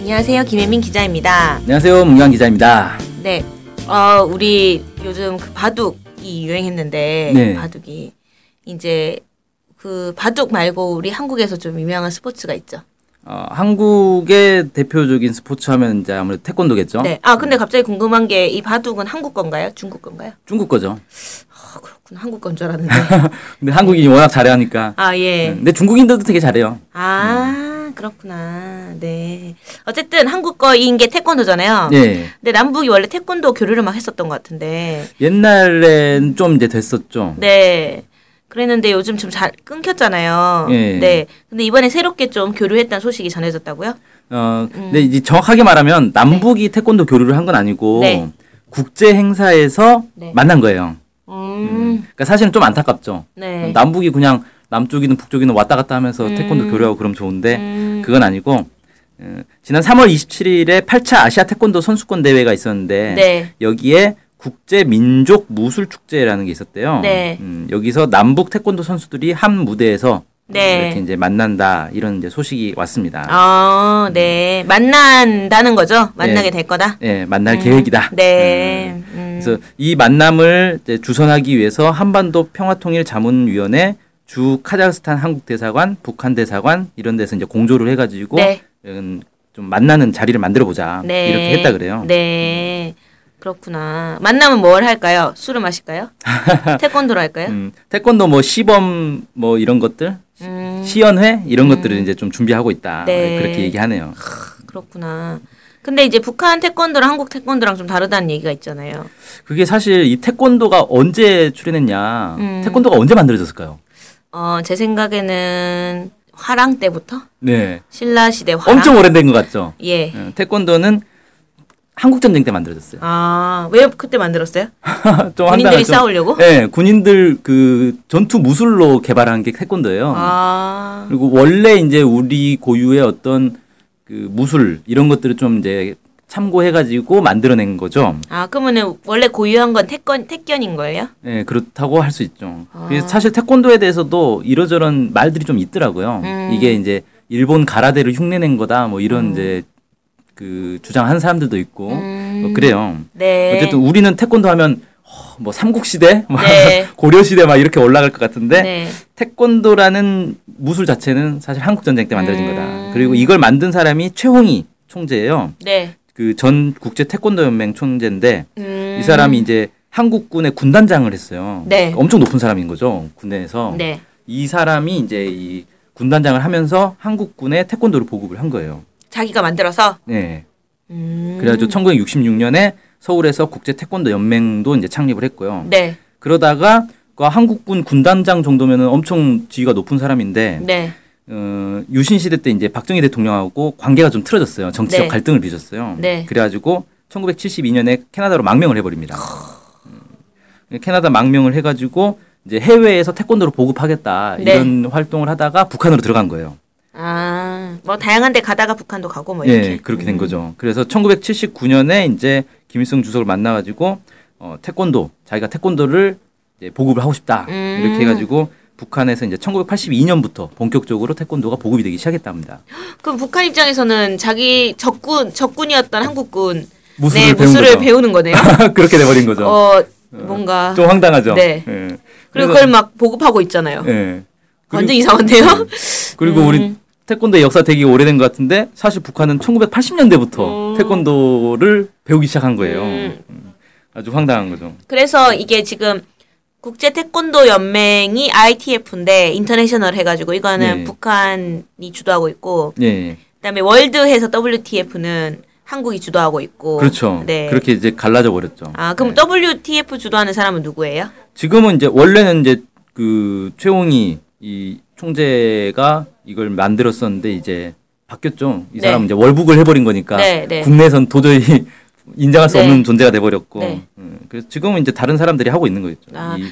안녕하세요. 김혜민 기자입니다. 안녕하세요, 문경 기자입니다. 네. 어, 우리 요즘 그 바둑이 유행했는데 네. 바둑이 이제 그 바둑 말고 우리 한국에서 좀 유명한 스포츠가 있죠. 어, 한국의 대표적인 스포츠 하면 이제 아무래도 태권도겠죠. 네. 아, 근데 갑자기 궁금한 게 이 바둑은 한국 건가요? 중국 건가요? 중국 거죠. 아, 그렇구나. 한국 건 줄 알았는데. 근데 한국인이 워낙 잘하니까. 아, 예. 네, 근데 중국인들도 되게 잘해요. 아, 그렇구나. 네. 어쨌든 한국 거인 게 태권도잖아요. 네. 근데 남북이 원래 태권도 교류를 막 했었던 것 같은데. 옛날엔 좀 이제 됐었죠. 네. 그랬는데 요즘 좀 잘 끊겼잖아요. 예. 네. 근데 이번에 새롭게 좀 교류했다는 소식이 전해졌다고요? 음. 어, 근데 이제 정확하게 말하면 남북이 태권도 교류를 한 건 아니고 네. 국제 행사에서 네. 만난 거예요. 음. 그러니까 사실은 좀 안타깝죠. 네. 뭐 남북이 그냥 남쪽이든 북쪽이든 왔다 갔다 하면서 태권도 교류하고 그럼 좋은데 음. 그건 아니고 어, 지난 3월 27일에 8차 아시아 태권도 선수권 대회가 있었는데 네. 여기에 국제 민족 무술 축제라는 게 있었대요. 네. 음, 여기서 남북 태권도 선수들이 한 무대에서 네. 이렇게 이제 만난다 이런 이제 소식이 왔습니다. 아, 네. 만난다는 거죠? 만나게 네. 될 거다? 음. 예, 만날 계획이다. 음. 네. 음. 그래서 이 만남을 이제 주선하기 위해서 한반도 평화통일 자문위원회 주 카자흐스탄 한국 대사관, 북한 대사관 이런 데서 이제 공조를 해가지고 네. 음, 좀 만나는 자리를 만들어 보자 네. 이렇게 했다 그래요. 음. 네. 그렇구나. 만나면 뭘 할까요? 술을 마실까요? 태권도로 할까요? 음, 태권도 뭐 시범 뭐 이런 것들 음. 시연회 이런 것들을 이제 좀 준비하고 있다 뭐 네. 그렇게 얘기하네요. 그렇구나. 근데 이제 북한 태권도랑 한국 태권도랑 좀 다르다는 얘기가 있잖아요. 그게 사실 이 태권도가 언제 출현했냐 음. 태권도가 언제 만들어졌을까요? 어, 제 생각에는 화랑 때부터 네, 신라 시대 화랑. 엄청 오래된 것 같죠. 예. 예, 태권도는 한국 전쟁 때 만들어졌어요. 아, 왜 그때 만들었어요? 군인들이 좀 한다면 좀- 싸우려고? 네, 군인들 그 전투 무술로 개발한 게 태권도예요. 아. 그리고 원래 이제 우리 고유의 어떤 그 무술 이런 것들을 좀 이제 참고해가지고 만들어낸 거죠. 아, 그러면은 원래 고유한 건 태권 태견인 거예요? 네, 그렇다고 할 수 있죠. 아. 그래서 사실 태권도에 대해서도 이러저런 말들이 좀 있더라고요. 음. 이게 이제 일본 가라데를 흉내낸 거다 뭐 이런 이제 그 주장하는 사람들도 있고 음. 뭐 그래요. 네. 어쨌든 우리는 태권도 하면 허, 뭐 삼국시대, 뭐 네. 고려시대 막 이렇게 올라갈 것 같은데 네. 태권도라는 무술 자체는 사실 한국 전쟁 때 만들어진 음. 거다. 그리고 이걸 만든 사람이 최홍희 총재예요. 네. 그 전 국제 태권도 연맹 총재인데 음. 이 사람이 이제 한국군의 군단장을 했어요. 네. 엄청 높은 사람인 거죠 군대에서. 네. 이 사람이 이제 이 군단장을 하면서 한국군에 태권도를 보급을 한 거예요. 자기가 만들어서 네. 음. 그래가지고 1966년에 서울에서 국제 태권도 연맹도 이제 창립을 했고요. 네. 그러다가 그 한국군 군단장 정도면은 엄청 지위가 높은 사람인데 네. 어, 유신 시대 때 이제 박정희 대통령하고 관계가 좀 틀어졌어요. 정치적 네. 갈등을 빚었어요. 네. 그래가지고 1972년에 캐나다로 망명을 해버립니다. 음, 캐나다 망명을 해가지고 이제 해외에서 태권도를 보급하겠다 네. 이런 활동을 하다가 북한으로 들어간 거예요. 아, 뭐 다양한 데 가다가 북한도 가고 뭐 예, 이렇게. 그렇게 된 거죠. 그래서 1979년에 이제 김일성 주석을 만나가지고 어, 태권도 자기가 태권도를 이제 보급을 하고 싶다 음. 이렇게 해가지고 북한에서 이제 1982년부터 본격적으로 태권도가 보급이 되기 시작했답니다. 그럼 북한 입장에서는 자기 적군 적군이었던 한국군 무술을 배운 네, 무술을 거죠. 배우는 거네요. 그렇게 돼버린 거죠. 어 뭔가 좀 황당하죠. 네. 예. 그리고 그래서- 그걸 막 보급하고 있잖아요. 예. 완전 그리고, 음. 이상한데요? 그리고 음. 우리 태권도 역사 되게 오래된 것 같은데 사실 북한은 1980년대부터 태권도를 배우기 시작한 거예요. 음. 음. 아주 황당한 거죠. 그래서 이게 지금 국제 태권도 연맹이 ITF인데 인터내셔널 해가지고 이거는 네. 북한이 주도하고 있고 예, 예. 그다음에 월드에서 WTF는 한국이 주도하고 있고 그렇죠. 네. 그렇게 네. 이제 갈라져 버렸죠. 아 그럼 WTF 주도하는 사람은 누구예요? 지금은 이제 원래는 이제 그 최홍이 이 총재가 이걸 만들었었는데 이제 바뀌었죠. 이 네. 사람은 이제 월북을 해버린 거니까 네, 네. 국내선 도저히 인정할 수 네. 없는 존재가 돼버렸고 네. 음, 그래서 지금은 이제 다른 사람들이 하고 있는 거겠죠. 아. 이